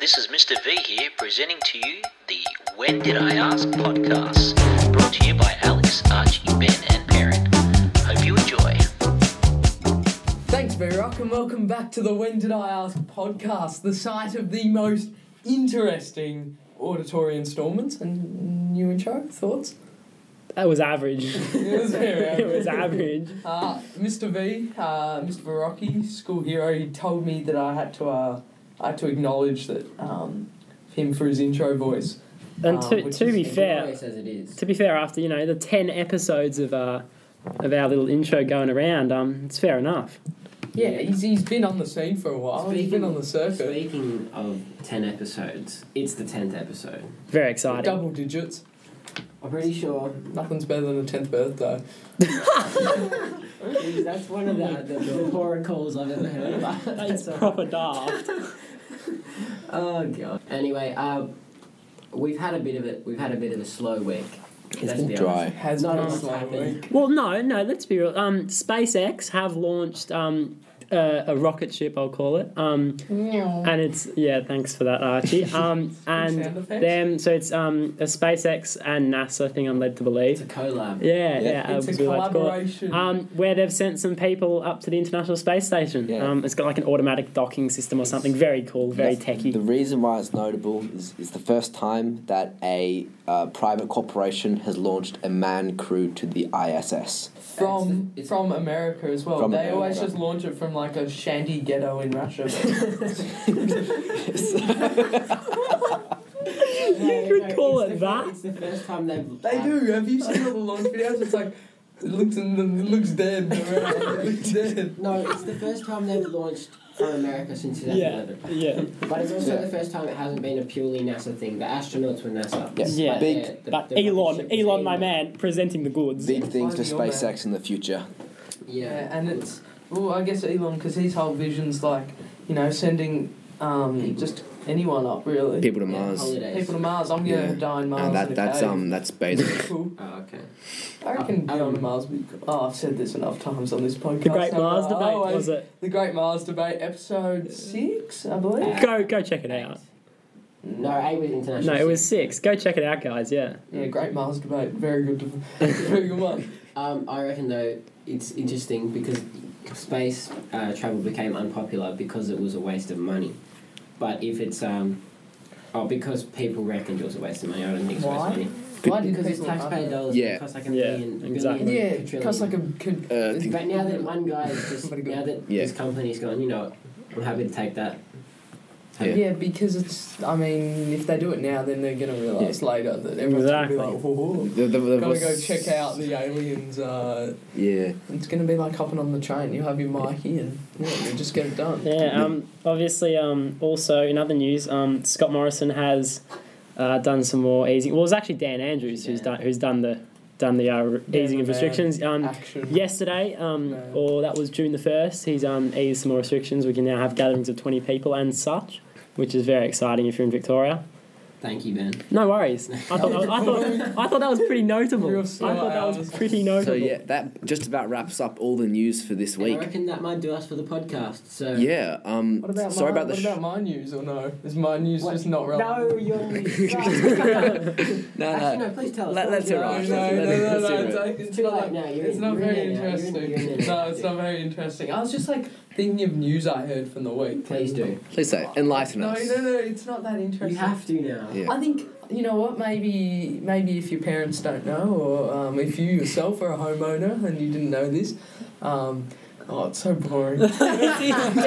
This is Mr. V here presenting to you the When Did I Ask podcast, brought to you by Alex, Archie, Ben, and Parent. Hope you enjoy. Thanks, V Rock, and welcome back to the When Did I Ask podcast, the site of the most interesting auditory installments and new intro thoughts. That was average. It was very it was average. Uh, Mr. V, uh, Mr. Verocchi, school hero, he told me that I had to, uh, I had to acknowledge that um, him for his intro voice. And Um, to, which to is be the fair, Always as it is. to be fair, after you know the ten episodes of uh, of our little intro going around, um, it's fair enough. Yeah, he's, he's been on the scene for a while. he's been on the circuit. Speaking of ten episodes, it's the tenth episode. Very exciting. Double digits. I'm pretty sure Nothing's better than a 10th birthday. that's one of the, the, the horror calls I've ever heard about. It's So- proper daft. Oh god. Anyway, um, we've had a bit of it. We've had a bit of a slow week. It's been dry. Has Not been a much slow happened. week. Well, no, no. Let's be real. Um, SpaceX have launched um, a, a rocket ship, I'll call it. Um, and it's yeah. Thanks for that, Archie. Um, sound and effects. them. So it's um a SpaceX and NASA thing. I'm led to It's believe. a collab. Yeah, yeah. I It's would a like to call it. collaboration. um, where they've sent some people up to the International Space Station. Yeah. Um, it's got like an automatic docking system or something. Very cool, very techy. The reason why it's notable is it's the first time that a uh, private corporation has launched a manned crew to the ISS. from It's- it's- from America as well. From they America. always just launch it from like a shanty ghetto in Russia. You could call it it's the, that. It's the first time they've. they uh, do. Have you seen all the launch videos? It's like it looks in the, it looks dead. it looks dead. No, it's the first time they've launched from America since yeah, 2011. yeah. But it's also the first time it hasn't been a purely NASA thing. The astronauts were NASA. Yeah. Yeah. But Big- the- the- But the Elon, rocket ship was Elon, my man, presenting the goods. Big things for Why your SpaceX in the future. Yeah. Yeah, and it's well, I guess Elon because his whole vision's like you know sending um just anyone up really. People to Yeah, Mars. holidays. People to Mars. I'm gonna Yeah. die in Mars. And in that, a that's cave. um that's Bezos. Cool. Oh, okay. I reckon Uh, going to um, Mars. would be cool. Oh, I've said this enough times on this podcast. The Great haven't Mars I? debate Oh, I- was it? The Great Mars Debate, episode six, I believe. Go, go check it out. No, A was No, international. it was six. Go check it out, guys. Yeah. Yeah, Great Mars Debate, very good, deb- very good one. Um, I reckon though it's interesting because space uh, travel became unpopular because it was a waste of money. But if it's um, oh, because people reckoned it was a waste of money. I don't think it's a waste Why? of money. Why do Because it's people taxpayer argue? dollars. Yeah. It costs like a Yeah, million. a exactly. billion, Yeah, a it trillion. costs like a. Could, Uh, it's think- But now that one guy is just Pretty good. now that Yeah. this company's gone, you know, what, I'm happy to take that. yeah. because it's. I mean, if they do it now, then they're gonna realise later that everyone's gonna be like, Exactly. "Whoa, The- the- the- gotta go check out the aliens." Uh, Yeah. it's gonna be like hopping on the train. You have your Mikey, and yeah, you just get it done. Yeah. Um. Obviously. Um. Also, in other news, um, Scott Morrison has uh, done some more easing. Well, it's actually Dan Andrews who's Yeah. done who's done the done the uh, the easing of man. restrictions. Um. Action. Yesterday, um, No. or that was June the 1st, he's um, eased some more restrictions. We can now have gatherings of 20 people and such, which is very exciting if you're in Victoria. Thank you, Ben. No worries. I thought, that was, I thought, I thought that was pretty notable. You're I thought that was so- pretty notable. So yeah, that just about wraps up all the news for this And I week. reckon that might do us for the podcast. So Yeah. Um. What about sorry my, about the. what Sh- about my news or no? Is my news What? just not relevant? No, you're. Actually, no, no. no, please tell us. Let- let's No, No, no, arrive. no, no, Let no. it- no, no, let's hear it's it. like- it's Too not late like- now, you're It's in- not you're in very there now, you're in- interesting. you're in there now. No, it's not very interesting. I was just like thinking of news I heard from the week. Please do. Please say enlighten No, us. no, no, it's not that interesting. You have to now. Yeah. I think you know what. Maybe maybe if your parents don't know, or um, if you yourself are a homeowner and you didn't know this, um, oh, it's so boring.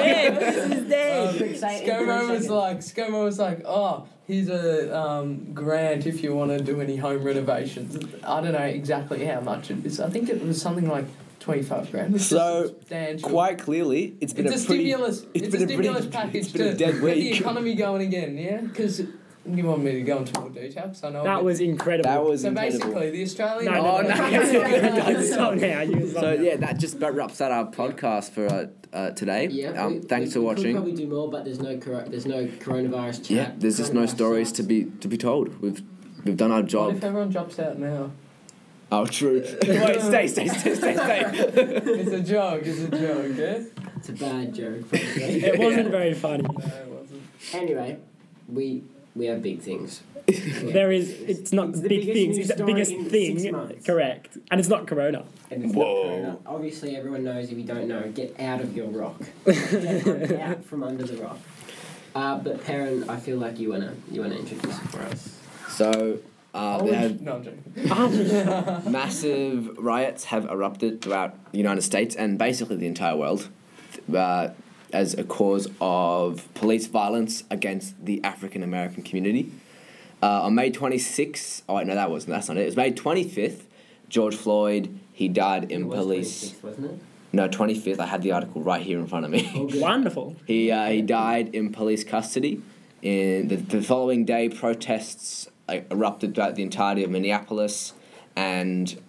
ScoMo was like, ScoMo was like, oh, here's a um, grant if you want to do any home renovations. I don't know exactly how much it is. I think it was something like twenty five grand. It's So, substantial. Quite clearly, it's been it's a, a pretty. stimulus. It's, been a a pretty- stimulus package it's been a to dead get the week. economy going again. Yeah, because you want me to go into more detail because I know. a That bit. was incredible. that was so incredible. basically the Australian. No, no, Oh, no, no. you're not gonna do it. Stop now. you stop So now. yeah, that just about wraps up our podcast for uh, uh, today. Yeah. Um, we- thanks we- for we Could watching. probably do more, but there's no cor- there's no coronavirus chat. Yeah, there's just no Coronavirus stories to sucks. be to be told. We've we've done our What job. if everyone drops out now? Oh, true. Wait, stay, stay, stay, stay, stay. it's a joke. It's a joke. Yeah. It's a bad joke. probably. It wasn't very funny. No, it wasn't. anyway, we we have big things. There is. It's not It's the big biggest things. news It's the story biggest in thing. six months. Correct. And it's not Corona. And it's Whoa. Not corona. Obviously, everyone knows if you don't know, get out of your rock. get out from under the rock. Uh, but Perrin, I feel like you wanna you wanna introduce it for us. So uh, I'll they int- have no, I'm joking. massive riots have erupted throughout the United States and basically the entire world uh, as a cause of police violence against the African American community. Uh, on May 26th, oh wait, no, that wasn't, that's not it. It was May 25th, George Floyd, he died in It was police. 26, wasn't it? No, 25th, I had the article right here in front of me. All good. Wonderful. He, uh, he died in police custody. In the, the following day, protests uh, erupted throughout the entirety of Minneapolis, and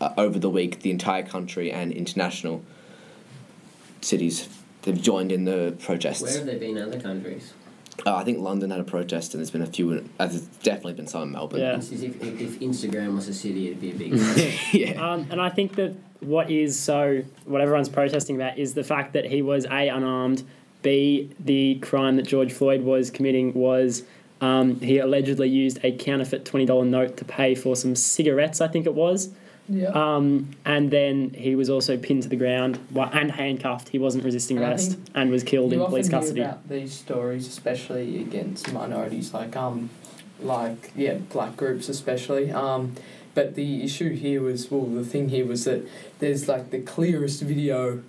uh, over the week, the entire country and international cities have joined in the Where protests. have they been in other countries? Uh, I think London had a protest, and there's been a few. In, uh, there's definitely been some in Melbourne. Yeah. This is if, if, if Instagram was a city, it'd be a big. yeah. Um, and I think that what is so what everyone's protesting about is the fact that he was a unarmed, b the crime that George Floyd was committing was um, he allegedly used a counterfeit twenty dollar note to pay for some cigarettes. I think it was. Yeah. Um, and then he was also pinned to the ground wa- and handcuffed. He wasn't resisting And I arrest think and was killed you in police often custody. Hear about these stories, especially against minorities, like um, like yeah, black groups especially. Um, but the issue here was well, the thing here was that there's like the clearest video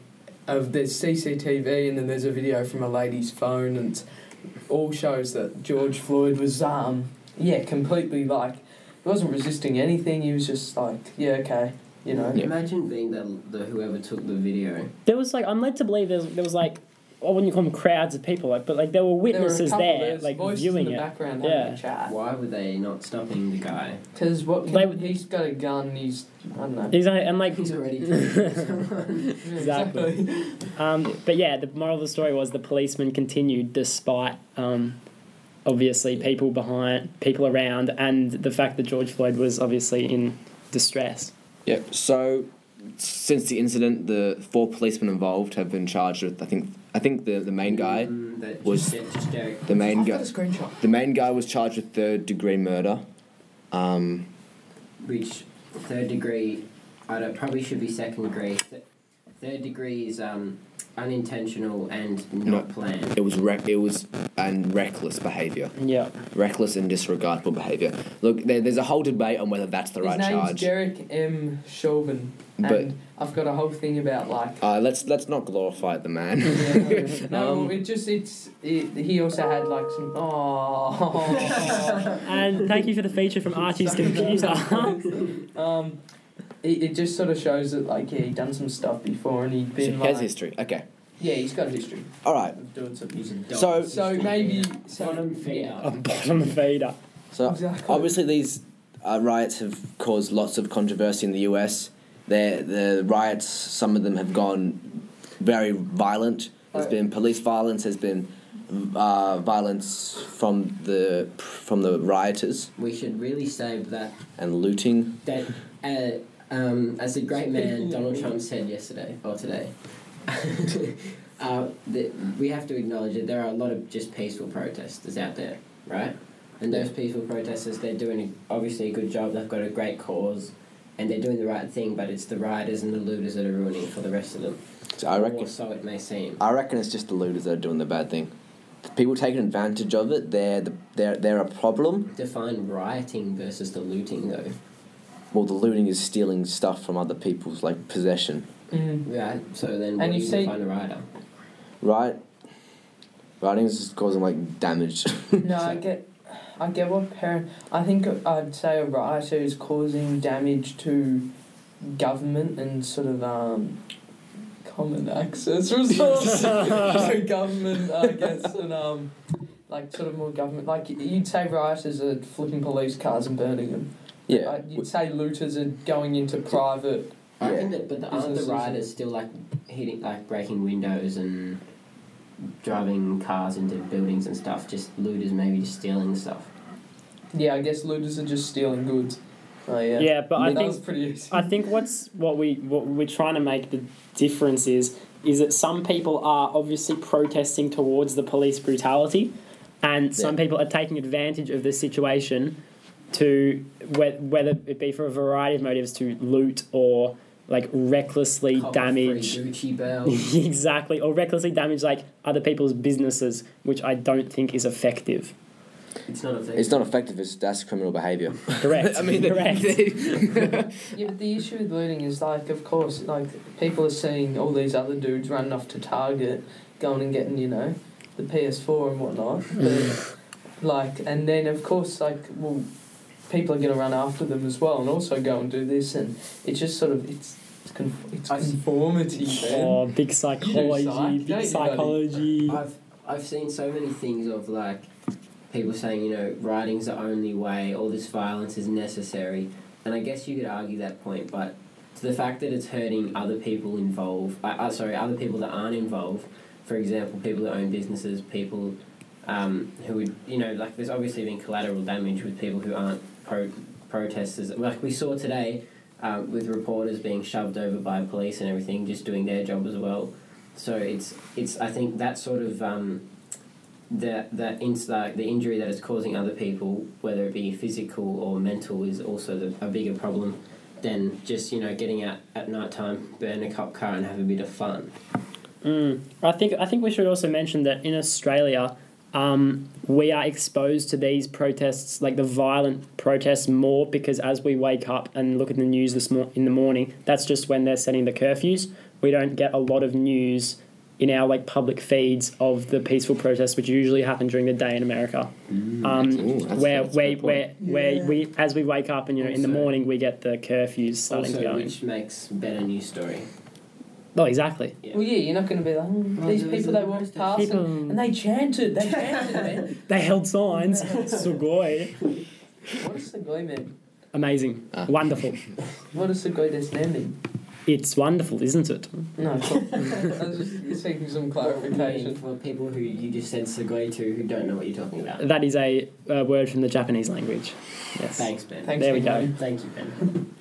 of there's CCTV and then there's a video from a lady's phone and it's- all shows that George Floyd was um yeah completely like he wasn't resisting anything. He was just like yeah okay you know Imagine being the, the whoever took the video. There was like I'm led to believe there's, there was like I wouldn't call them crowds of people like but like there were There were a witnesses couple, there, there's like voices viewing in the it. background Yeah. having a chat. Why were they not stopping the guy? Because what They- can, he's got a gun. He's I don't know. He's like, and like He's already taken someone. Yeah, Exactly. Um, but yeah, the moral of the story was the policeman continued despite um, obviously people behind, people around, and the fact that George Floyd was obviously in distress. Yep. So, since the incident, the four policemen involved have been charged with. I think. I think the, the main guy. Mm, that was- just, just go- The main I've guy. got a screenshot. The main guy was charged with third degree murder. Um, which third degree I don't probably should be second degree. Th- Third degree is um, unintentional and not No. planned. it was rec- it was and reckless behaviour, Yeah. reckless and disregardful behaviour. Look, there, there's a whole debate on whether that's the His right name's charge. Derek M. Chauvin, and But- I've got a whole thing about like. uh, let's let's not glorify the man. Yeah, no, Um, well, it just it's it, he also had like some oh And thank you for the feature from Archie's computer. um it, it just sort of shows that like yeah he'd done some stuff before and he'd he been like has history. Okay. yeah he's got a history All right. of doing some He's a dog. So- so maybe so Bottom feeder. A bottom feeder. So Exactly. obviously these uh, riots have caused lots of controversy in the U.S. They're, the riots, some of them have gone very violent. There's Right. been police violence. There's been uh, violence from the from the rioters We should really save that. and looting. That uh, um, as the great man Speaking of Donald me. Trump said yesterday or today. uh, that we have to acknowledge that there are a lot of just peaceful protesters out there, right? And those peaceful protesters, they're doing obviously a good job. They've got a great cause, and they're doing the right thing. But it's the rioters and the looters that are ruining it for the rest of them. So I Or reckon. so it may seem. I reckon it's just the looters that are doing the bad thing. The people taking advantage of it, they're the, they're they're a problem. Define rioting versus the looting, though. Well, the looting is stealing stuff from other people's like possession, mm, Right. So And then, what do you you see- define a rioter? right? Rioting is just causing like damage. no I get I get what parent I think I'd say a rioter is causing damage to government and sort of um, common access resources. so government, I guess, and um, like sort of more government. Like you'd say rioters are flipping police cars and burning them. yeah, Like, you'd say looters are going into private. I Yeah. reckon that, but the, aren't the Businesses and- riders still like hitting, like breaking windows and driving cars into buildings and stuff? Just looters, maybe just stealing stuff. Yeah, I guess looters are just stealing goods. Oh yeah. Yeah, but I that think- was pretty easy. I think what's what we what we're trying to make the difference is is that some people are obviously protesting towards the police brutality, and some Yeah. people are taking advantage of this situation to whe- whether it be for a variety of motives to loot or like recklessly Cop a free damage Gucci belt. exactly or recklessly damage like other people's businesses which i don't think is effective it's not a thing. It's not effective. It's that's criminal behaviour. correct I mean, correct Yeah, but the issue with looting is like, of course, like people are seeing all these other dudes running off to Target, going and getting, you know, the PS4 and whatnot. But, like, and then of course, like, well, people are gonna run after them as well, and also go and do this, and it's just sort of it's it's, conf- it's I s- conformity, man. oh big psychology psych, don't you, big buddy? psychology I've I've seen so many things of like people saying you know writing's the only way, all this violence is necessary, and I guess you could argue that point, but to the fact that it's hurting other people involved, uh, uh, sorry, other people that aren't involved, for example, people that own businesses, people um, who would you know like there's obviously been collateral damage with people who aren't pro- protesters, like we saw today. Um, with reporters being shoved over by police and everything, just doing their job as well. So it's it's I think that sort of um, the the, ins- the the injury that it's causing other people, whether it be physical or mental, is also the, a bigger problem than just you know getting out at night time, burn a cop car, and have a bit of fun. Mm. I think I think we should also mention that in Australia, um, we are exposed to these protests, like the violent protests, more because as we wake up and look at the news this mor- in the morning, that's just when they're setting the curfews. We don't get a lot of news in our like public feeds of the peaceful protests, which usually happen during the day in America, um, Ooh, Mm, that's- where that's a where good point. where, where Yeah. we as we wake up and you know in the Also- morning we get the curfews starting also, going. which makes better news story. Oh, exactly. Yeah. Well, yeah, you're not gonna be like "Hmm, Oh, these there is people a that walked protest. past and, People- and they chanted, they chanted, man. They held signs. Sugoi. What is the guy mean? Amazing. Ah. Wonderful. What is the guy that's naming? It's wonderful, isn't it? No, cool. I was just seeking some clarification. For people who you just said segue to who don't know what you're talking about. That is a uh, word from the Japanese language. Yes. Thanks, Ben. Thanks, There we Ben. go. Thank you, Ben.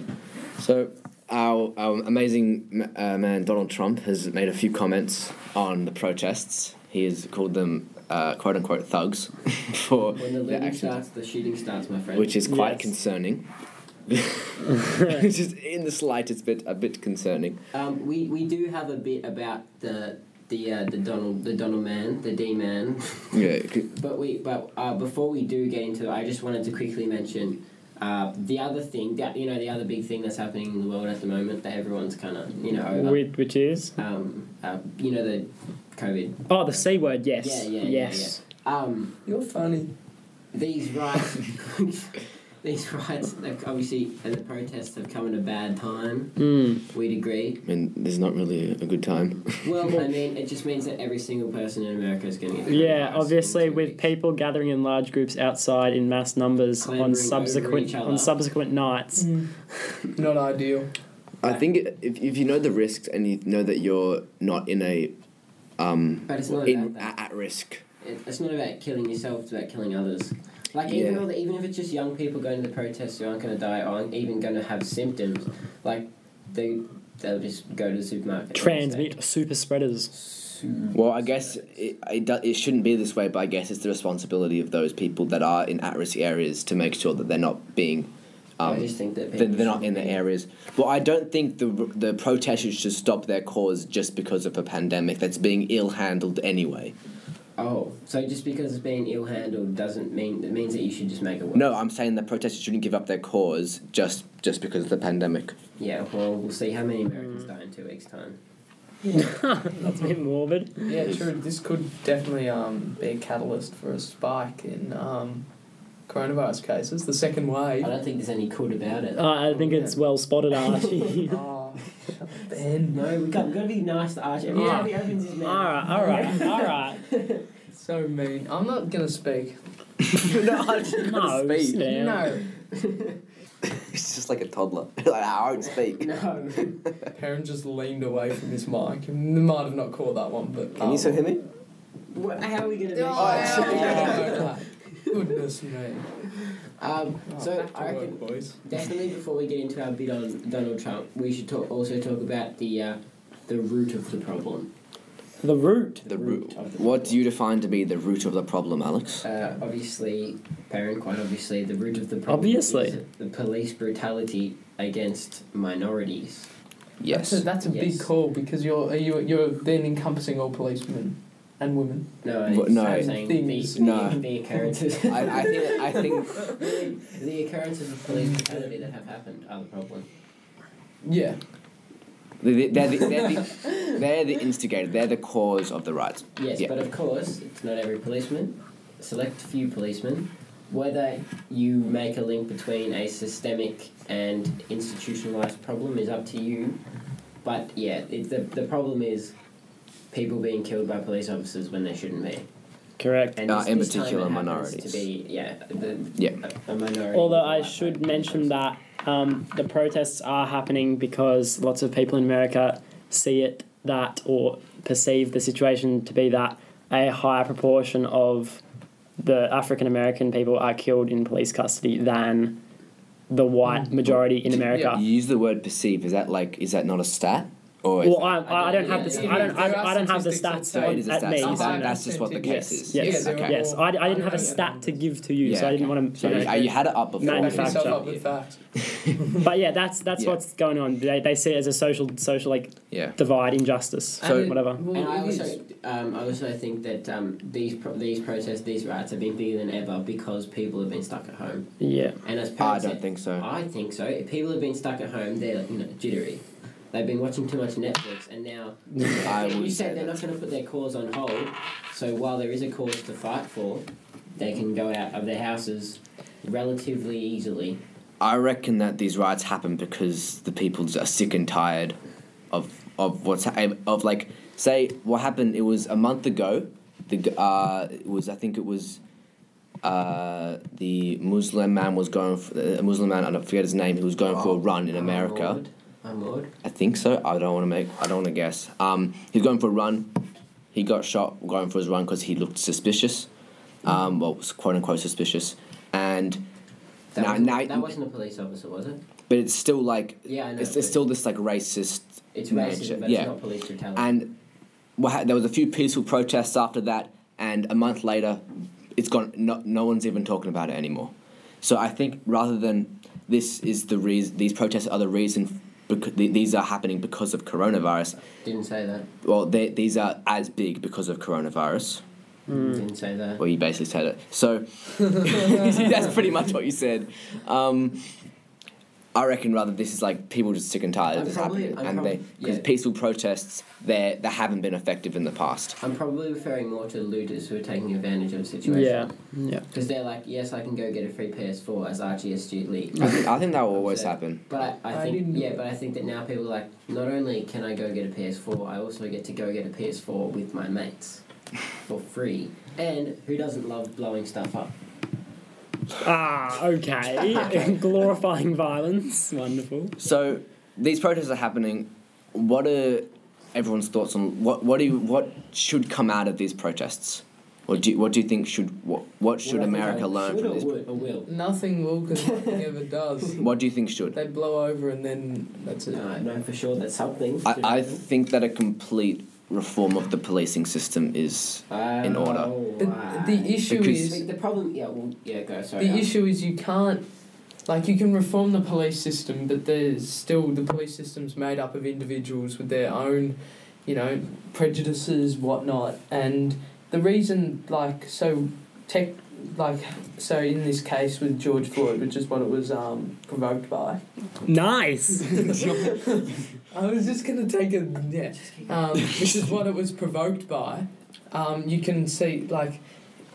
So our, our amazing uh, man Donald Trump has made a few comments on the protests. He has called them uh, quote unquote thugs for When the their looting actions, starts, the shooting starts, my friend. which is quite Yes. concerning. It's just in the slightest bit a bit concerning. Um, we, we do have a bit about the the uh, the Donald the Donald man the D man, Yeah, c- but we but uh, before we do get into it, I just wanted to quickly mention uh, the other thing that you know the other big thing that's happening in the world at the moment that everyone's kind of you know over. Which, which is? um, uh, you know the COVID. Oh, the C word, yes. Yeah, yeah, yeah, yes. Um, You're funny. these riots, these riots, they've obviously, and the protests have come at a bad time. Mm. We'd agree. I mean, there's not really a good time. Well, I mean, it just means that every single person in America is going to get. the Yeah, coronavirus obviously, in two with weeks. people gathering in large groups outside in mass numbers Clambering on over subsequent each other. Hmm. on subsequent nights. Not ideal. I think i- if, if you know the risks and you know that you're not in a um, But it's not in, about at, at risk It- It's not about killing yourself. It's about killing others. Like even Yeah. all the, even if it's just young people going to the protests who aren't going to die or aren't even going to have symptoms, like they they'll just go to the supermarket. Transmit super spreaders. Well, I guess it, it, do, it shouldn't be this way, but I guess it's the responsibility of those people that are in at risk areas to make sure that they're not being. I Um, just think that they're, people they're not in the should- areas. Well, I don't think the, the protesters should stop their cause just because of a pandemic that's being ill handled anyway. Oh, so just because it's being ill handled doesn't mean it means that you should just make it work. No, I'm saying the protesters shouldn't give up their cause just just because of the pandemic. Yeah. Well, we'll see how many Americans die in two weeks' time. That's a bit morbid. Yeah, true. This could definitely um, be a catalyst for a spike in um, coronavirus cases, the second I wave. don't think there's any could about it. Uh, I think it's well spotted, Archie. Oh, shut up, Ben. no, we got, we've got to be nice to Archie. Every Yeah. time he opens his all mouth. right, all right, all right. So mean. I'm not gonna speak. no, I just No, can't speak. Sam. No. It's just like a toddler. like, I won't speak. No. Perrin just leaned away from his mic. You might have not caught that one, but. um, Can you still hear me? What, how are we gonna make Oh, sure? Goodness me. um, Oh, so back to I work, reckon boys. definitely before we get into our bit on Donald Trump, we should talk, also talk about the uh, the root of the problem. The root. The root root. of the What do you define to be the root of the problem, Alex? Uh, obviously, Baron, quite obviously, the root of the problem Obviously. is the police brutality against minorities. Yes. So that's a big Yes. call because you're are you, you're then encompassing all policemen and women. No, Wha- it's- no. I'm saying Things. the, No. the, the occurrences. I, I think I think the occurrences of police brutality that have happened are the problem. Yeah. they're the, they're, the, they're, the, they're the instigator. They're the cause of the riots. Yes, Yeah. but of course, it's not every policeman. Select few policemen. Whether you make a link between a systemic and institutionalized problem is up to you. But yeah, it, the, the problem is people being killed by police officers when they shouldn't be. Correct. And Uh, this- in this time particular, it happens minorities. To be, yeah, the, Yeah. A, a minority. Although I should mention that um, the protests are happening because lots of people in America see it that or perceive the situation to be that a higher proportion of the African American people are killed in police custody than the white majority in America. You use the word perceive. Is that like is that not a stat? Or is Well, I, I I don't have the I don't There are I, I don't have the statistics that stats so say- it on, is a at stat. me. so Uh-huh. that, that's just what the case Yes. is. Yes, Yeah, okay. there Yes, I, I didn't have a Yeah. stat to give to you, so I Yeah, didn't want to. So you, Okay. you had it up before. Back yourself Manufacture. up with facts. But yeah, that's that's Yeah. what's going on. They, they see it as a social social like Yeah. divide, injustice, So- And it- whatever. well, And I it is. also, um, I also think that um, these pro- these protests, these riots have been bigger than ever because people have been stuck at home. Yeah, And as I parents, don't think so. I think so. If people have been stuck at home, they're you know, jittery. They've been watching too much Netflix, and now I you would said say they're that. not going to put their cause on hold. So while there is a cause to fight for, they can go out of their houses relatively easily. I reckon that these riots happen because the people are sick and tired of of what's ha- of like say what happened. It was a month ago. The g- uh, it was I think it was. Uh, the Muslim man was going. For, a Muslim man, I don't forget his name. Who was going for a run in America. I'm oh, Lord. I think so. I don't want to make. I don't want to guess. Um, he's going for a run. He got shot going for his run because he looked suspicious. Um, well, was quote unquote suspicious, and That, now, wasn't, now, that wasn't a police officer, was it? but it's still like Yeah, I know. it's, it's still this like racist. It's racist, nature, but yeah. it's not police brutality. And what ha- there was a few peaceful protests after that, and a month later, it's gone. No, no one's even talking about it anymore. So I think rather than this is the reason these protests are the reason because these are happening because of coronavirus. Didn't say that. well, they, these are as big because of coronavirus. Mm. Didn't say that. Well, you basically said it. So that's pretty much what you said. Um, I reckon rather this is like people just sick and tired I'm of this probably- happening, I'm and they probably- because yeah. peaceful protests they they haven't been effective in the past. I'm probably referring more to looters who are taking advantage of the situation. yeah, yeah. Because they're like, yes, I can go get a free PS4 as Archie astutely. I think, I think that will always Upset. happen. But I, I I think, didn't- yeah, but I think that now people are like, not only can I go get a PS4, I also get to go get a PS4 with my mates for free. And who doesn't love blowing stuff up? Ah, okay. Glorifying violence, wonderful. So these protests are happening. What are everyone's thoughts on what what do you, what should come out of these protests? Or do you, what do you think should what what should Would I think America I learn should from or this? Would, or will? Nothing will because nothing ever does. What do you think should? They blow over and then that's it. No, I know for sure that something. should I, I happen. think that a complete reform of the policing system is in order. Oh, The, wow. the issue Because- is The, the problem, yeah, well, yeah, go, sorry. Um, the I'll- issue is you can't like you can reform the police system but there's still the police system's made up of individuals with their own you know prejudices whatnot and the reason like so tech like so in this case with george floyd which is what it was um, provoked by Nice. I was just gonna take a yeah. Um, this is what it was provoked by. Um, you can see like,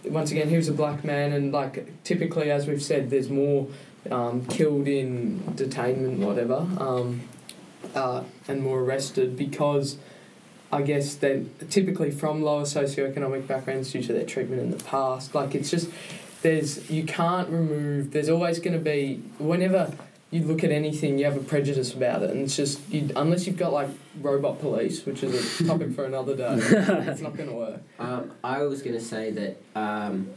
once again, he was a black man, and like typically, as we've said, there's more um, killed in detainment, whatever, um, uh, and more arrested because. I guess they typically from lower socioeconomic backgrounds due to their treatment in the past. Like it's just there's you can't remove. There's always going to be whenever you look at anything, you have a prejudice about it, and it's just you, unless you've got like robot police, which is a topic for another day, it's not going to work. Um, I was going to say that um,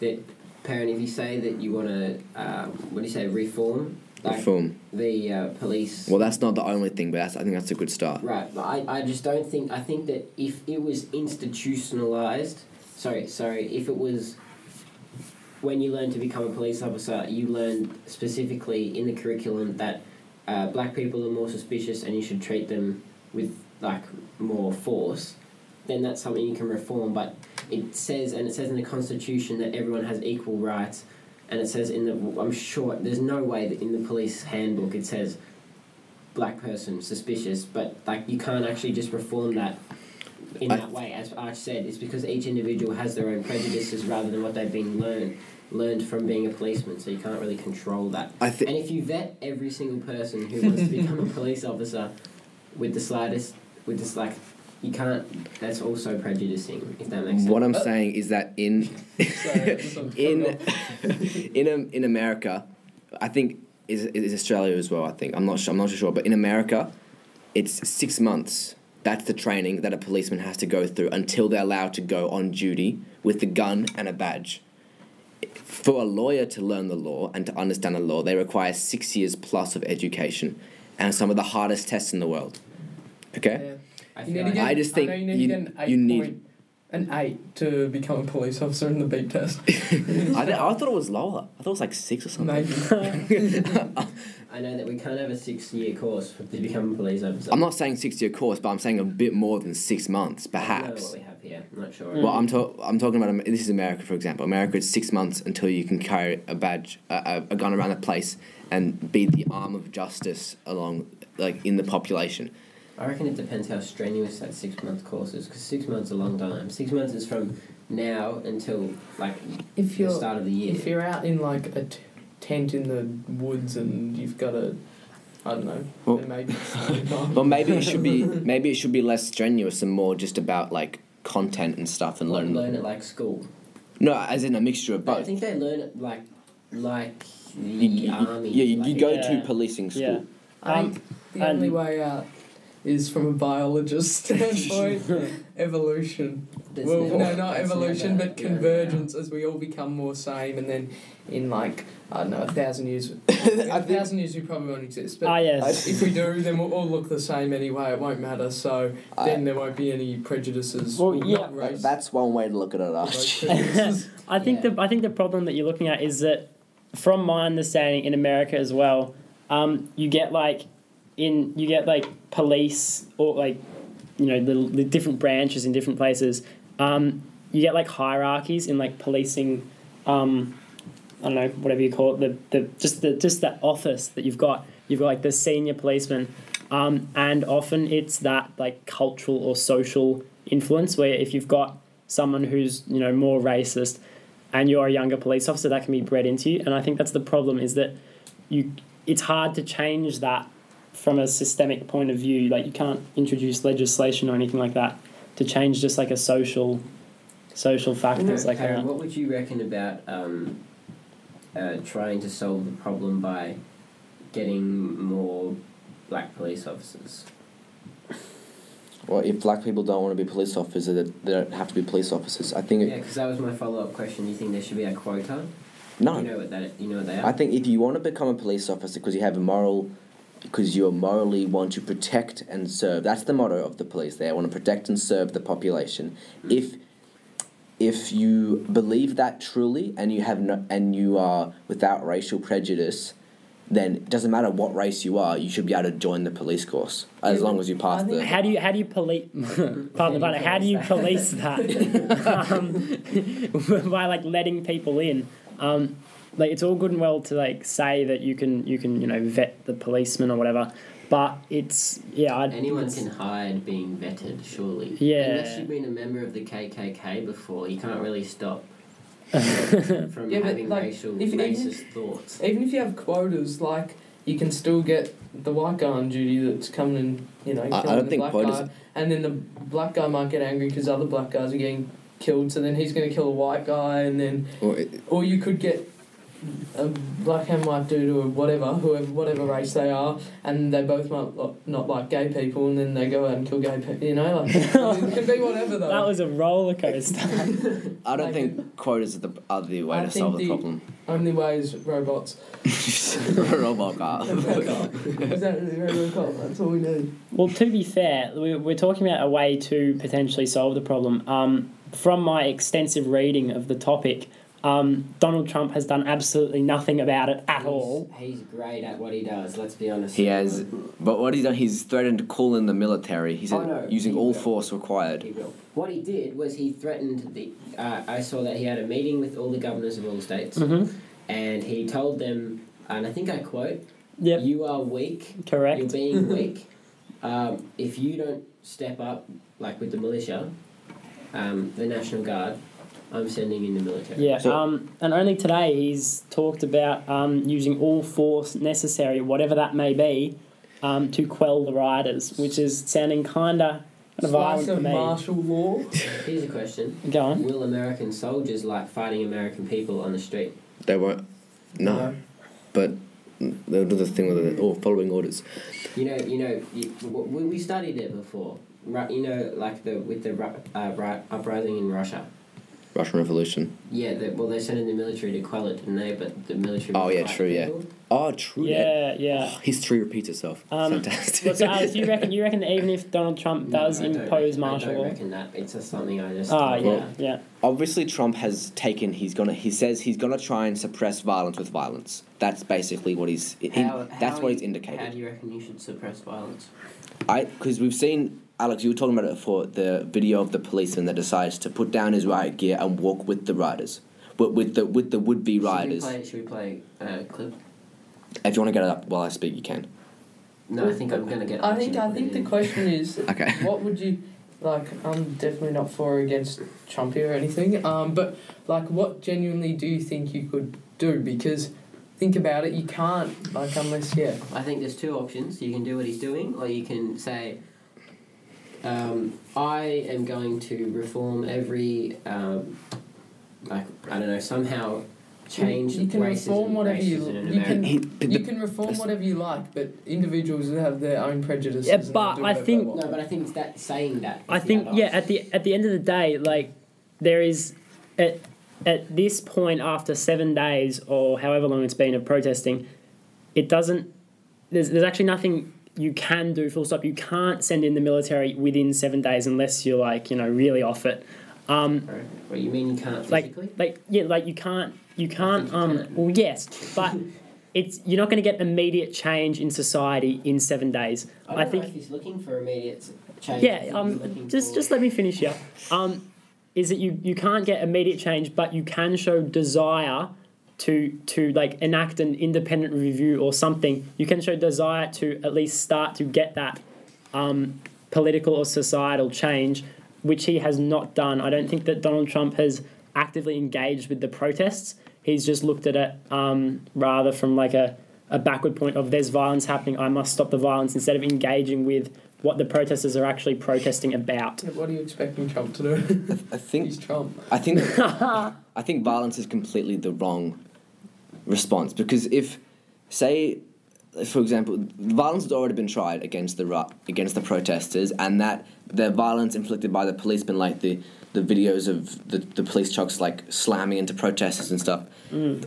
that parent, if you say that you want to, um, what do you say, reform the Like, film. the uh, police. Well, that's not the only thing, but that's, I think that's a good start. Right. but I, I just don't think I think that if it was institutionalized sorry, sorry, if it was when you learn to become a police officer, you learn specifically in the curriculum that uh, black people are more suspicious and you should treat them with like more force, then that's something you can reform. But it says and it says in the constitution that everyone has equal rights and it says in the I'm sure there's no way that in the police handbook it says black person suspicious, but like you can't actually just reform that in I- that way. As Arch said, it's because each individual has their own prejudices rather than what they've been learned learned from being a policeman. So you can't really control that. I thi- and if you vet every single person who wants to become a police officer with the slightest, with this like, you can't. That's also prejudicing. If that makes sense. Oh. What I'm saying is that in Sorry, just on- in in um, in America, I think is is Australia as well. I think I'm not sure, I'm not sure, but in America, it's six months. That's the training that a policeman has to go through until they're allowed to go on duty with a gun and a badge. For a lawyer to learn the law and to understand the law, they require six years plus of education, and some of the hardest tests in the world. Okay. Yeah. I You feel need to like get, I just think know you need you- to get an eight you need- point- an eight to become a police officer in the beep test. I, th- I thought it was lower. I thought it was like six or something. Maybe. I know that we can't have a six-year course for- to become a police officer. I'm not saying six year course, but I'm saying a bit more than six months, I don't know perhaps. what we have here. I'm not sure. Well, I'm, to- I'm talking about Am- this is America, for example. America, it's six months until you can carry a badge, a, a a gun around the place, and be the arm of justice along, like in the population. I reckon it depends how strenuous that six month course is because six months is a long time. Six months is from now until like If the you're start of the year. If you're out in like a t- tent in the woods and you've got a, I don't know, Well- there may be Well, maybe it should be maybe it should be less strenuous and more just about like content and stuff and learning. learn the- it like school. No, as in a mixture of But I both. think they learn it like like the You, you- army. yeah, you, you like- go Yeah. to policing school. Yeah. I Um, think the only and- way out is from a biologist standpoint, evolution. That's well, never- no, not that's evolution, never- but yeah. convergence as we all become more same, and then in like I don't know a thousand years, a thousand years we probably won't exist. But Ah, yes. if we do, then we'll all look the same anyway. It won't matter. So I- then there won't be any prejudices. Well, not yeah, race, That's one way to look at it. race Arch. prejudices. I think Yeah. the I think the problem that you're looking at is that, from my understanding in America as well, um, you get like, in you get like police or like, you know, little the different branches in different places. Um, you get like hierarchies in like policing, um, I don't know whatever you call it the, the just the just the office that you've got. You've got like the senior policeman, um, and often it's that like cultural or social influence where if you've got someone who's you know more racist and you're a younger police officer that can be bred into you and i think that's the problem is that you it's hard to change that from a systemic point of view like you can't introduce legislation or anything like that to change just like a social social You know, factors like uh, Karen, that what would you reckon about um, uh, trying to solve the problem by getting more black police officers? Well, if black people don't want to be police officers, they- they don't have to be police officers. I think. Yeah, because that was my follow up question. Do you think there should be a quota? No. You know what that you know what they are. I think if you want to become a police officer because you have a moral, because you morally want to protect and serve. That's the motto of the police. They want to protect and serve the population. If if you believe that truly and you have no, and you are without racial prejudice, then it doesn't matter what race you are, you should be able to join the police course as Yeah, long as you pass I think- the. how do you how do you police pardon the pun, how do you police that um, by like letting people in um, like it's all good and well to like say that you can you can you know vet the policeman or whatever but it's yeah I'd, Anyone it's- can hide being vetted, surely. Yeah. Unless you've been a member of the KKK before, you can't really stop from Yeah, but, having like, racial if- if- racist thoughts. Even if you have quotas, like you can still get the white guy on duty that's coming in, you know, I killing don't the think black quotas- guy, and then the black guy might get angry because other black guys are getting killed, so then he's going to kill a white guy, and then Well, it- or you could get a black and white dude or whatever, whoever, whatever race they are, and they both might lo- not like gay people, and then they go out and kill gay people. You know, like it can be whatever though. That was a roller coaster. I don't Like think quotas are the, are the way I to think solve the the- problem. only way is robots. Robocop. Is that really Robocop? That's all we need. Well, to be fair, we- we're talking about a way to potentially solve the problem. Um, from my extensive reading of the topic, um, Donald Trump has done absolutely nothing about it at all. He's great at what he does. Let's be honest. He has, but what he's done, he's threatened to call in the military. He said Oh, no, using he all will. force required. He will. What he did was he threatened the. Uh, I saw that he had a meeting with all the governors of all the states, Mm-hmm. and he told them, and I think I quote, Yep, "You are weak. You're correct. being weak. Um, if you don't step up, like with the militia, um, the national guard, I'm sending in the military." Yeah, So- um, and only today he's talked about um, using all force necessary, whatever that may be, um, to quell the rioters, which is sounding kinda kind Slice of violent to of me. martial law. Here's a question: Go on. Will American soldiers like fighting American people on the street? They won't. No, but they'll do the thing with it. Or following orders. You know, you know, you, w- we we studied it before. Right, you know, like the with the Ru- uh, ri uprising in Russia. Russian Revolution. Yeah, they, well, they sent in the military to quell it, didn't they? But the military. Oh, would yeah, fight true, yeah. people. Oh, true. Yeah, yeah. Oh, history repeats itself. Um, Fantastic. Well, so Alex, you reckon you reckon that even if Donald Trump No, does I don't impose reckon- I martial don't law? reckon that. It's just something I just. Ah, yeah, Well- yeah. Obviously, Trump has taken. He's gonna. He says he's gonna try and suppress violence with violence. That's basically what he's. he- How- that's how what you- he's indicated. How do you reckon you should suppress violence? I because we've seen Alex. You were talking about it for the video of the policeman that decides to put down his riot gear and walk with the riders, with with the with the would be riders. Should we play? Should we play uh, clip? If you want to get it up while I speak, you can. No, I think I'm gonna get. I think I think the question is, Okay. what would you like? I'm definitely not for or against Trumpy or anything. Um, but like, what genuinely do you think you could do? Because think about it, you can't like unless yeah. I think there's two options. You can do what he's doing, or you can say, um, I am going to reform every, um, like, I don't know, somehow change You can racism, reform whatever you- racism in you America. can- He, but You the- can reform whatever you like, but individuals have their own prejudices. Yeah, and but do I whatever they think- want. No, but I think it's that saying that. I is the think other yeah. option. At the at the end of the day, like there is at at this point after seven days or however long it's been of protesting, it doesn't. There's there's actually nothing you can do. Full stop. You can't send in the military within seven days unless you're like you know really off it. Um, Sorry, What you mean you can't like physically? like yeah like you can't you can't think you um can. well yes but it's you're not going to get immediate change in society in seven days I, don't i know think if he's looking for immediate change. I yeah think he's um looking just for- just let me finish here um is that you you can't get immediate change but you can show desire to to like enact an independent review or something you can show desire to at least start to get that um, political or societal change, which he has not done. I don't think that Donald Trump has actively engaged with the protests. He's just looked at it um, rather from like a, a backward point of there's violence happening, I must stop the violence, instead of engaging with what the protesters are actually protesting about. Yeah, What are you expecting Trump to do? I think He's Trump. I think I think violence is completely the wrong response because if say for example violence has already been tried against the ru- against the protesters and that the violence inflicted by the policemen like the the videos of the, the police trucks like slamming into protesters and stuff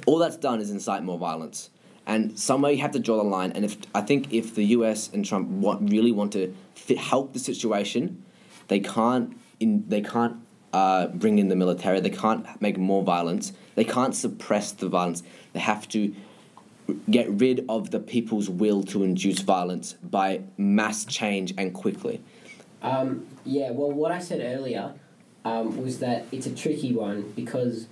all that's done is incite more violence and somewhere you have to draw the line and if I think if the US and Trump want, really want to fit, help the situation they can't in, they can't uh, bring in the military. They can't make more violence. They can't suppress the violence. They have to r- get rid of the people's will to induce violence by mass change and quickly. Um, yeah, well, what I said earlier um, was that it's a tricky one because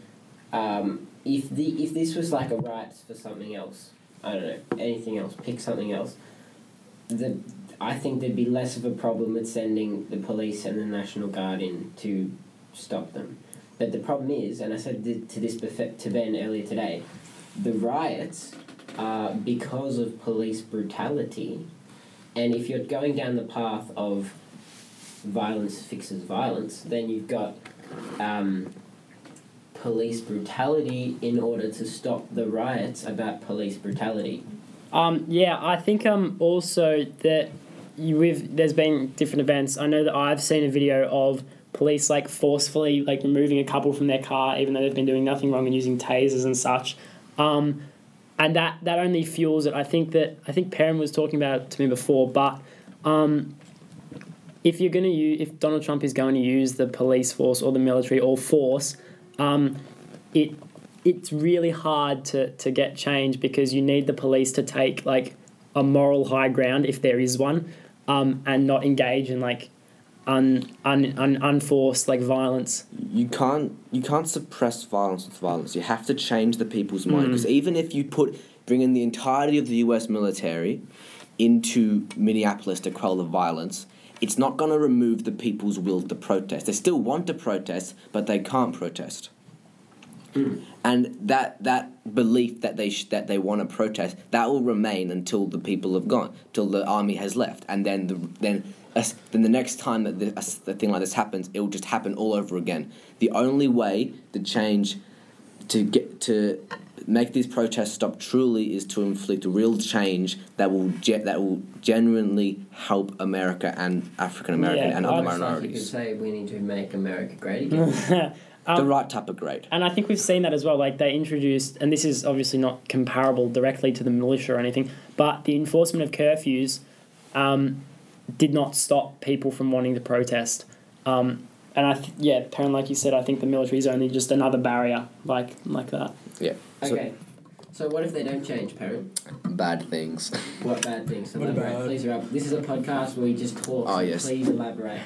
um, if the if this was like a right for something else, I don't know anything else, pick something else. The I think there'd be less of a problem with sending the police and the national guard in to stop them. But the problem is, and I said th- to this bef- to Ben earlier today, the riots are because of police brutality, and if you're going down the path of violence fixes violence, then you've got um, police brutality in order to stop the riots about police brutality. Um, yeah, I think um also that you with there's been different events. I know that I've seen a video of police like forcefully like removing a couple from their car even though they've been doing nothing wrong and using tasers and such. Um, and that that only fuels it. I think that I think Perrin was talking about it to me before, but um, if you're gonna use if Donald Trump is going to use the police force or the military or force, um, it it's really hard to, to get change because you need the police to take like a moral high ground if there is one um, and not engage in like un, un, un, unforced like violence you can't you can't suppress violence with violence. You have to change the people's mind because even if you put bring in the entirety of the U.S. military into Minneapolis to quell the violence, it's not going to remove the people's will to protest. They still want to protest, but they can't protest. And that that belief that they sh- that they want to protest that will remain until the people have gone, till the army has left, and then the, then us- then the next time that the, us- the thing like this happens, it will just happen all over again. The only way to change, to get to make these protests stop truly is to inflict real change that will ge- that will genuinely help America and African American Yeah, and other honestly, You could minorities. say we need to make America great again. the right type of grade. and I think we've seen that as well. Like they introduced, and this is obviously not comparable directly to the militia or anything, but the enforcement of curfews um, did not stop people from wanting to protest. Um, and I, th- yeah, Perrin, like you said, I think the military is only just another barrier, like like that. Yeah. So, okay. So what if they don't change, parent? Bad things. What bad things? What Elaborate, about- please. Elaborate. This is a podcast where we just talk. Oh, so yes. Please elaborate.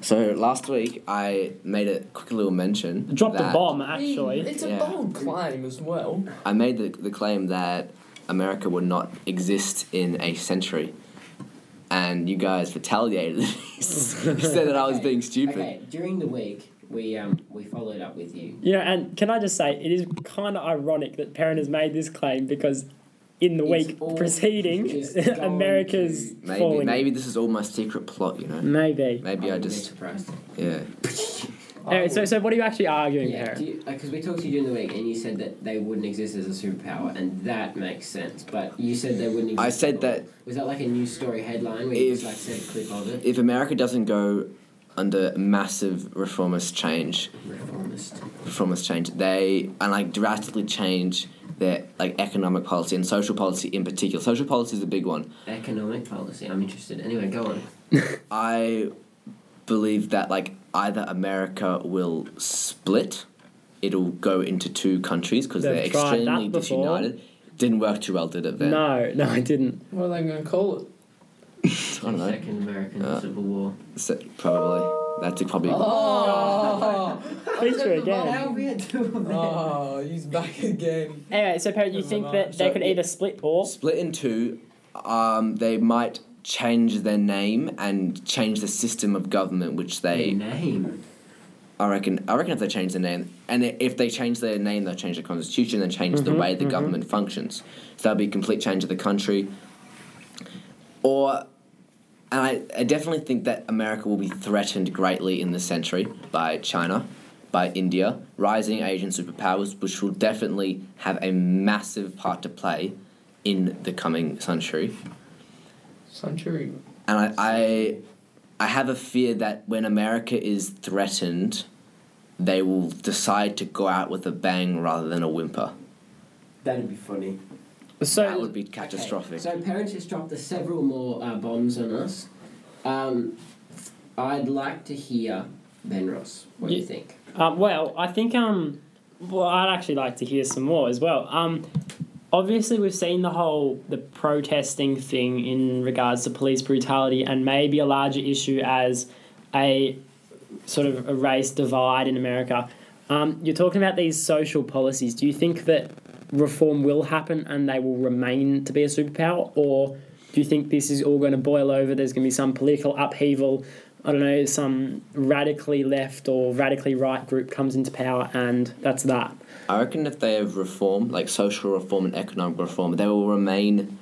So last week I made a quick little mention. Dropped a that bomb actually. It's a Yeah. bold claim as well. I made the, the claim that America would not exist in a century, and you guys retaliated. You said that I was Okay. being stupid. Okay. During the week, we um we followed up with you. You know, and can I just say it is kind of ironic that Perrin has made this claim because in the It's week all- preceding, it's gone America's to- Maybe falling. Mm. maybe this is all my secret plot. You know. Maybe. Maybe I wouldn't be just surprised. yeah. Anyway, so, so what are you actually arguing, Yeah, Perrin? because we talked to you during the week, and you said that they wouldn't exist as a superpower, and that makes sense. But you said they wouldn't. Exist I at said all. that Was that like a news story headline where you just If- like said a clip of it? if America doesn't go under massive reformist change, Reformist. reformist change. They and like drastically change their like economic policy and social policy in particular. Social policy is a big one. Economic policy. I'm interested. Anyway, go on. I believe that like either America will split, it'll go into two countries because They've they're tried that extremely before. disunited. Didn't work too well, did it? Then No, no, I didn't. What are they going to call it? I don't know. Second American Uh, Civil War. So, probably that's probably. Oh, Feature again. How we had two of them. oh, he's back again. Anyway, so Perrin, you Never think mind. that they So, could yeah. either split or split in two. Um, they might change their name and change the system of government, which they. Hmm. Their name. I reckon. I reckon if they change the name, and i- if they change their name, they'll change the constitution, then change the way the government functions. So that'll be a complete change of the country. Or, and I, I definitely think that America will be threatened greatly in this century by China, by India, rising Asian superpowers, which will definitely have a massive part to play in the coming century. Century. And I, I, I have a fear that when America is threatened, they will decide to go out with a bang rather than a whimper. That'd be funny. so? that would be catastrophic. Okay, So parents just dropped the several more uh, bombs on us. Um, I'd like to hear Ben Ross. What do you Ye- think? Um, well, I think um, well, I'd actually like to hear some more as well. Um, obviously, we've seen the whole the protesting thing in regards to police brutality, and maybe a larger issue as a sort of a race divide in America. Um, you're talking about these social policies. Do you think that reform will happen and they will remain to be a superpower, or do you think this is all going to boil over? There's going to be some political upheaval. I don't know, some radically left or radically right group comes into power, and that's that. I reckon if they have reform, like social reform and economic reform, they will remain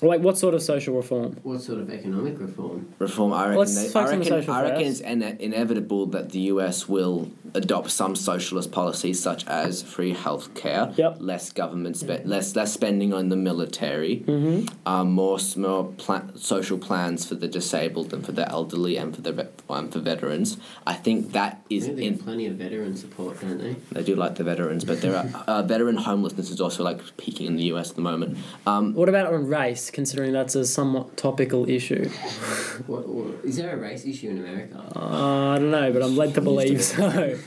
Like, what sort of social reform? What sort of economic reform? reform. I reckon. Let's they, focus I on the reckon, social I reckon first. it's ine- inevitable that the US will adopt some socialist policies such as free healthcare, Yep. less government spend, less less spending on the military, Mm-hmm. um, more s- more pla- social plans for the disabled and for the elderly and for the vet- and for veterans. I think that is Isn't they in get plenty of veteran support, don't they? they do like the veterans, but there are uh, veteran homelessness is also like peaking in the US at the moment. Um, What about on race, considering that's a somewhat topical issue? What, what, is there a race issue in America? Uh, I don't know, but I'm led to believe so.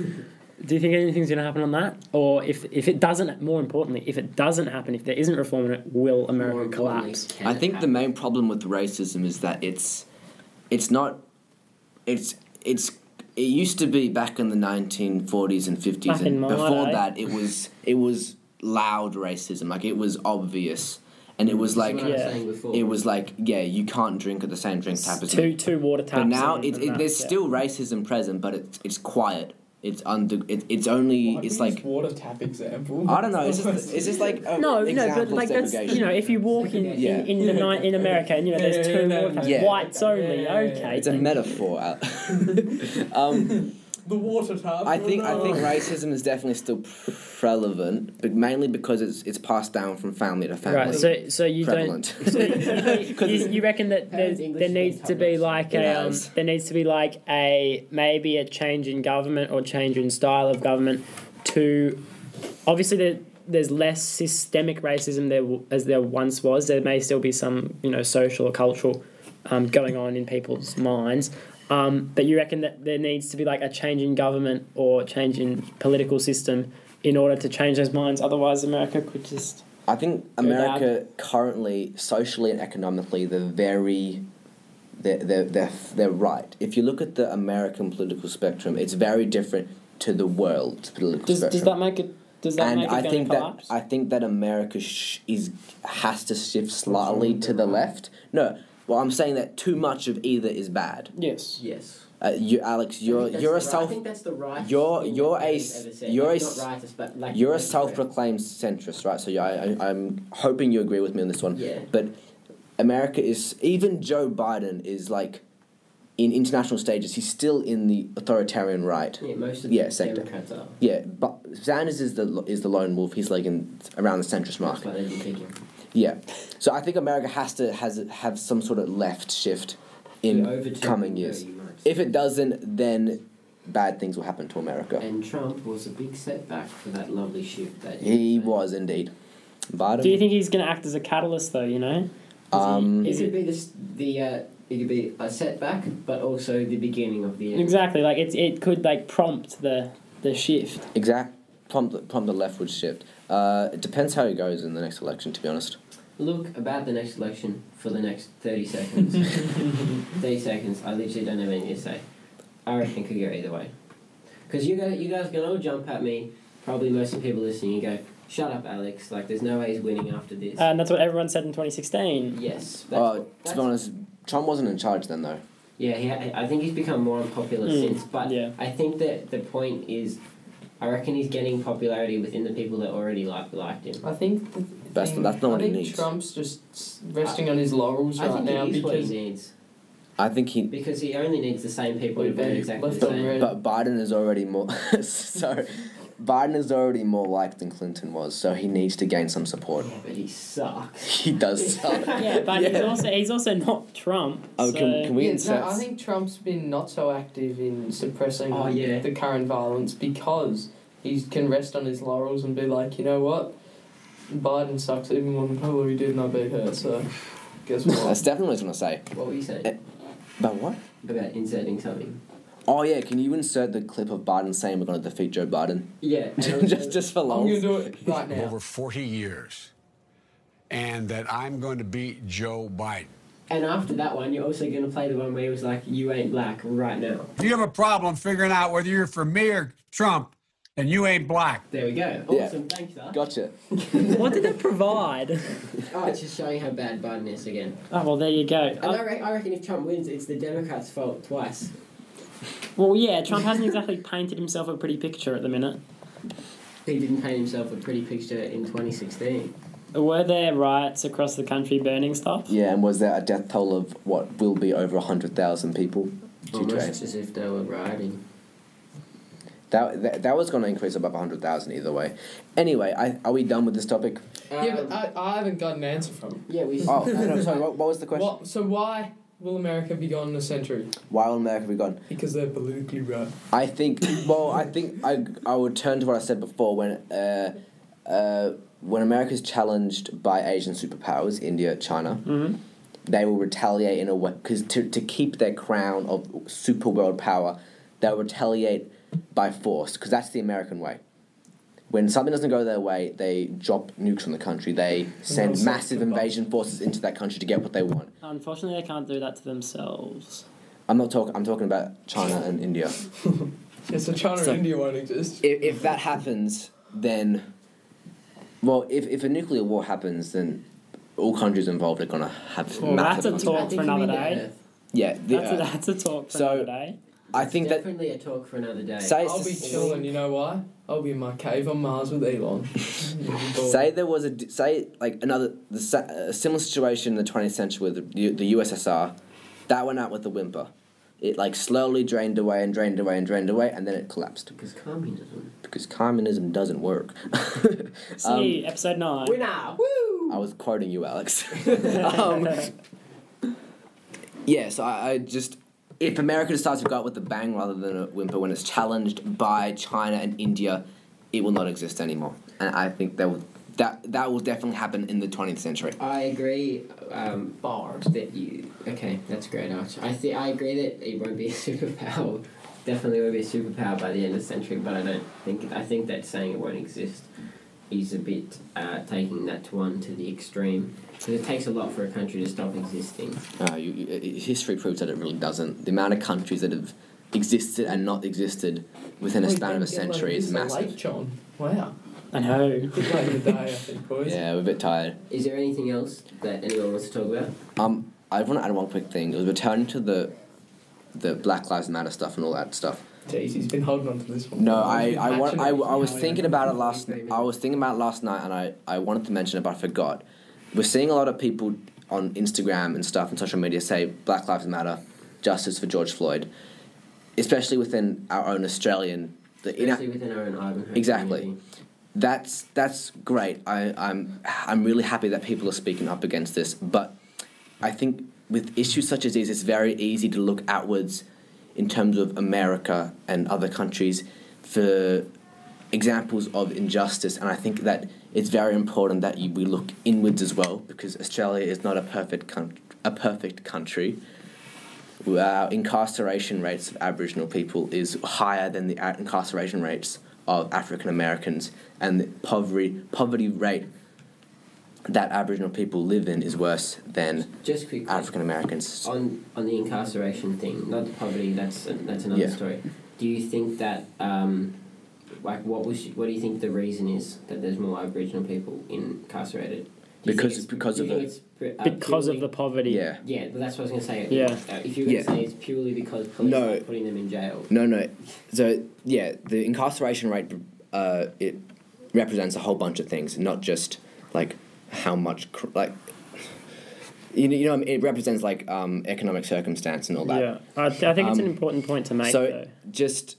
Do you think anything's going to happen on that? Or if, if it doesn't, more importantly, if it doesn't happen, if there isn't reform in it, will More America importantly, collapse? can I it think the happen? main problem with racism is that it's it's not it's it's it used to be back in the 1940s and 50s Back in and my before day. that it was it was loud racism like it was obvious and it was This is like what I was Yeah. saying before. it was like yeah you can't drink at the same drink tap as Two, me two water taps. but now and- it, and it, that, there's yeah. still racism present but it's it's quiet it's under it, it's only Why do it's you use like water tap example. I don't know it's just it's just like No, a no, Oh, example but of like that's you segregation. know, if you walk in in, Yeah. in the night in America and you know Yeah, there's yeah, two yeah, water yeah, taps, yeah. whites only, Yeah, yeah, yeah. okay. it's a thank metaphor Al. um the water tap. I think I think Oh. racism is definitely still relevant, but mainly because it's it's passed down from family to you. family. Right, so so you don't. prevalent. So you, you, you reckon that there, Parents' English there needs speaking to be tabloids. like It a um, has. there needs to be like a maybe a change in government or change in style of government to obviously there, there's less systemic racism there w- as there once was. There may still be some you know social or cultural um, going on in people's minds. Um, but you reckon that there needs to be like a change in government or change in political system in order to change those minds. Otherwise, America could just I think down. America currently, socially and economically, they're very, they're, they're, they're, they're right. If you look at the American political spectrum, it's very different to the world's political does, spectrum. does that make it does that and make it I gonna think collapse? that I think that America sh- is has to shift slightly to the left. No, well, I'm saying that too much of either is bad. yes. Yes. Uh, you, Alex, I you're think that's you're the a right- I self think that's the right. you're- thing you're that a they've s- ever said. you're a Like, s- not rightist, but like You're a correct. self-proclaimed centrist, right? So yeah, I, I, I'm hoping you agree with me on this one. Yeah. But America is even Joe Biden is like, in international stages, he's still in the authoritarian right. Yeah, most of Yeah, the sector. Democrats are. Yeah, but Sanders is the is the lone wolf. He's like in around the That's centrist mark. why they didn't pick him. Yeah. So I think America has to has have some sort of left shift You're over in two coming very years. much. If it doesn't, then bad things will happen to America. And Trump was a big setback for that lovely shift that He made. was indeed. Biden. Do you think he's going to act as a catalyst though? You know. Um, It could be this, the uh, it could be a setback, but also the beginning of the end. Exactly. Like it's it could like prompt the the shift. Exact. Prompt, prompt the leftward shift. Uh, it depends how he goes in the next election, to be honest. Look about the next election for the next thirty seconds. thirty seconds. I literally don't have anything to say. I reckon it could go either way. Because you guys, you guys can all jump at me. Probably most of the people listening, you go, "Shut up, Alex! Like there's no way he's winning after this." And that's what everyone said in 2016. yes. That's, Uh, to that's- be honest, Trump wasn't in charge then, though. Yeah, he, I think he's become more unpopular Mm, since. But yeah. I think that the point is, I reckon he's getting popularity within the people that already like liked him. I think the That's- thing- that's not I what he think needs. Trump's just s- resting on his laurels I right think now it is what he because needs I think he. because he only needs the same people We who vote vote exactly the left and same. right. But Biden is already more. sorry. Biden is already more liked than Clinton was, so he needs to gain some support. Yeah, but he sucks. He does suck. Yeah, but he's Yeah. also he's also not Trump. Oh, so- can, can we yeah, insert. no, I think Trump's been not so active in suppressing Oh, yeah. the current violence because he can rest on his laurels and be like, you know what, Biden sucks even more than Hillary did, and I beat her. So, guess that's what? definitely what I was going to say. What were you saying Eh. But what? about inserting something? Oh, yeah, can you insert the clip of Biden saying we're going to defeat Joe Biden? Yeah. um, and also- just, just for I'm gonna laughs. do it right now. over 40 years and that I'm going to beat Joe Biden. And after that one, you're also going to play the one where he was like, "You ain't black right now." You have a problem figuring out whether you're for me or Trump, and you ain't black. There we go. Yeah. Awesome. Thanks, sir. Gotcha. What did it provide? Oh, it's just showing how bad Biden is again. Oh well, there you go. And I, Uh, re- I reckon if Trump wins, it's the Democrats' fault twice. well, yeah, Trump hasn't exactly painted himself a pretty picture at the minute. He didn't paint himself a pretty picture in 2016. Were there riots across the country burning stuff? Yeah, and was there a death toll of what will be over 100,000 people? Two Almost trains. as if they were riding. That, that, that was going to increase above 100,000 either way. Anyway, I, are we done with this topic? yeah, but Um, I, I haven't got an answer from him. yeah, we. Oh, no, no, sorry, what, what was the question? What, so why will America be gone in a century? Why will America be gone? Because they're politically right. I think. Well, I think I I would turn to what I said before when uh, uh, when America is challenged by Asian superpowers, India, China. They will retaliate in a way because to, to keep their crown of super world power, they'll retaliate by force because that's the American way. When something doesn't go their way, they drop nukes on the country. They send also massive the bomb. invasion forces into that country to get what they want. Unfortunately, they can't do that to themselves. I'm not talking. I'm talking about China and India. Yeah, so China So- and India won't exist. if, if that happens, then well, if, if a nuclear war happens, then all countries involved are gonna have Well, that's massive. a consequences. talk for another day. yeah, the, That's, a, uh, that's a talk for So- another day. I think that definitely a talk for another day. Oh, say I'll be chilling, you know why? I'll be in my cave on Mars with Elon. say there was a d- say like another the sa- a similar situation in the twentieth century with the, U- the USSR, that went out with a whimper. It like slowly drained away and drained away and drained away, and then it collapsed Because communism. because communism doesn't work. Um, See, episode 9. Winner! I was quoting you, Alex. um, yeah, so I, I just. If America decides to go out with a bang rather than a whimper when it's challenged by China and India, it will not exist anymore. And I think that will, that, that will definitely happen in the 20th century. I agree. Um, Bard. That you. Okay, that's great, Arch. I thi- I agree that it won't be a superpower. Definitely won't be a superpower by the end of the century. But I don't think. I think that saying it won't exist is a bit uh, taking that one to the extreme. Because it takes a lot for a country to stop existing. Uh, you, you, i- history proves that it really doesn't. The amount of countries that have existed and not existed within a Well, span of you a don't get, like, century is this late, massive. John. Wow. I know. Good luck in the day, I think, boys. Yeah, we're a bit tired. Is there anything else that anyone wants to talk about? Um, I want to add one quick thing. It was returning to the, the Black Lives Matter stuff and all that stuff. Jeez, he's been holding on to this one. No, I, I, want, I, I was Now he thinking don't about it know. last. I was thinking about it last night, and I, I wanted to mention it, but I forgot. We're seeing a lot of people on Instagram and stuff and social media say Black Lives Matter, justice for George Floyd, especially within our own Australian. The, in Especially our- within our own Ivanhoe. Exactly. community. that's that's great. I, I'm I'm really happy that people are speaking up against this, but I think with issues such as these, it's very easy to look outwards in terms of America and other countries for examples of injustice, and I think that it's very important that you, we look inwards as well because Australia is not a perfect coun- a perfect country. Our incarceration rates of Aboriginal people is higher than the a- incarceration rates of African Americans, and the poverty poverty rate that Aboriginal people live in is worse than Just quickly. African Americans. On on the incarceration thing, not the poverty. That's that's another Yeah. story. Do you think that um, like what was what do you think the reason is that there's more Aboriginal people incarcerated? Do you think Because- it's- because do you of think it's, uh, Because of the purely- poverty. Yeah. yeah, but that's what I was gonna say. Yeah. Uh, if you were gonna Yeah. say it's purely because police No. are putting them in jail. No, no. So yeah, the incarceration rate uh, it represents a whole bunch of things, not just like how much cr- like you know, you know it represents like um, economic circumstance and all that. Yeah. I, th- I think it's an Um, important point to make, so though. just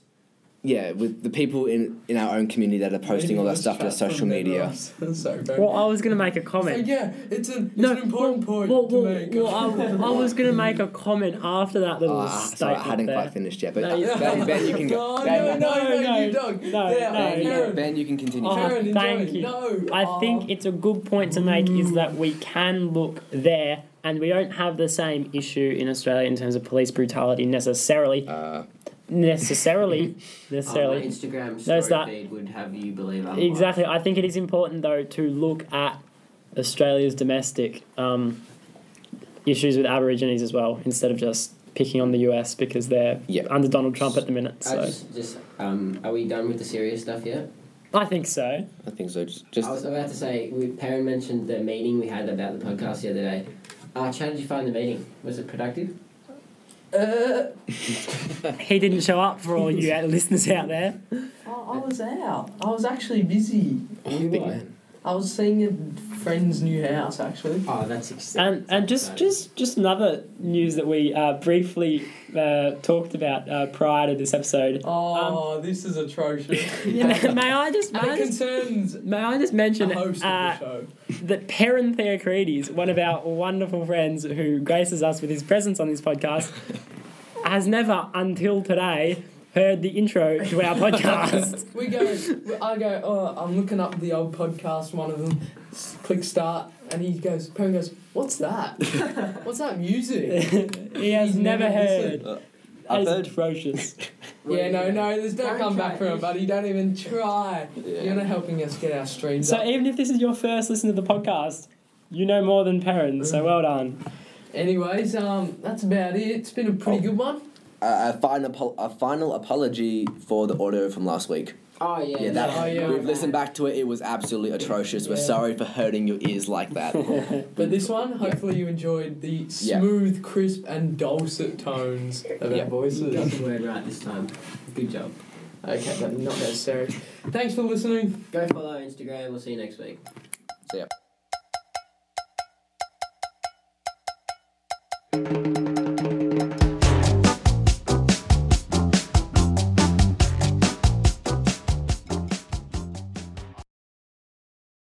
yeah, with the people in in our own community that are posting all that stuff to social media. Sorry, Well, I was going to make a so, comment. yeah, it's, a, it's No, an important point Well, to well, make. well I, I was going to make a comment after that little Uh, statement. so I hadn't there. quite finished yet, but No, you- ben, ben, you can go. No, ben, no, no, no, no, you don't. no, Yeah, no, ben, you no. go. Aaron, Ben, you can continue. Oh, Karen, enjoy. thank you. No. I Oh. think it's a good point to make is that we can look there, and we don't have the same issue in Australia in terms of police brutality necessarily. Uh, necessarily, Ah, Uh, necessarily. my Instagram story There's that. feed would have you believe otherwise. Exactly. I think it is important though to look at Australia's domestic um, issues with Aborigines as well, instead of just picking on the US because they're Yeah. under Donald Trump at the minute. I So just, just um, are we done with the serious stuff yet? I think so. I think so. Just, just I was about to say, we, Perrin mentioned the meeting we had about the podcast the other day. Arch, how did you find the meeting? Was it productive? Uh, He didn't show up for all you listeners out there. I, I was out. I was actually busy. big man. I was seeing a friend's new house actually. Oh, that's exciting. And and just just just another news that we uh, briefly uh, talked about uh, prior to this episode. Oh, this is atrocious. may I just may and I it just, concerns the may I just mention host uh, of the show. that Perrin Theocrides, one of our wonderful friends who graces us with his presence on this podcast, has never until today heard the intro to our podcast. We go. I go. Oh, I'm looking up the old podcast. One of them. S- Click start, and he goes. Perry goes. What's that? What's that music? he has He's never, never heard. I've That heard- is atrocious. yeah, no, no. There's no Don't comeback try. from it, buddy. Don't even try. You're not helping us get our streams so up. even if this is your first listen to the podcast, you know more than Perrin. So well done. Anyways, um, that's about it. It's been a pretty Oh. good one. Uh, a final apo- a final apology for the audio from last week. Oh yeah. Yeah, that, Oh, yeah. we've listened back to it. It was absolutely atrocious. We're Yeah. sorry for hurting your ears like that. But this one, hopefully, you enjoyed the Yeah. smooth, crisp, and dulcet tones of our You Yeah. got voices. the word right this time. Good job. Okay, but not necessary. Thanks for listening. Go follow Instagram. We'll see you next week. so yeah.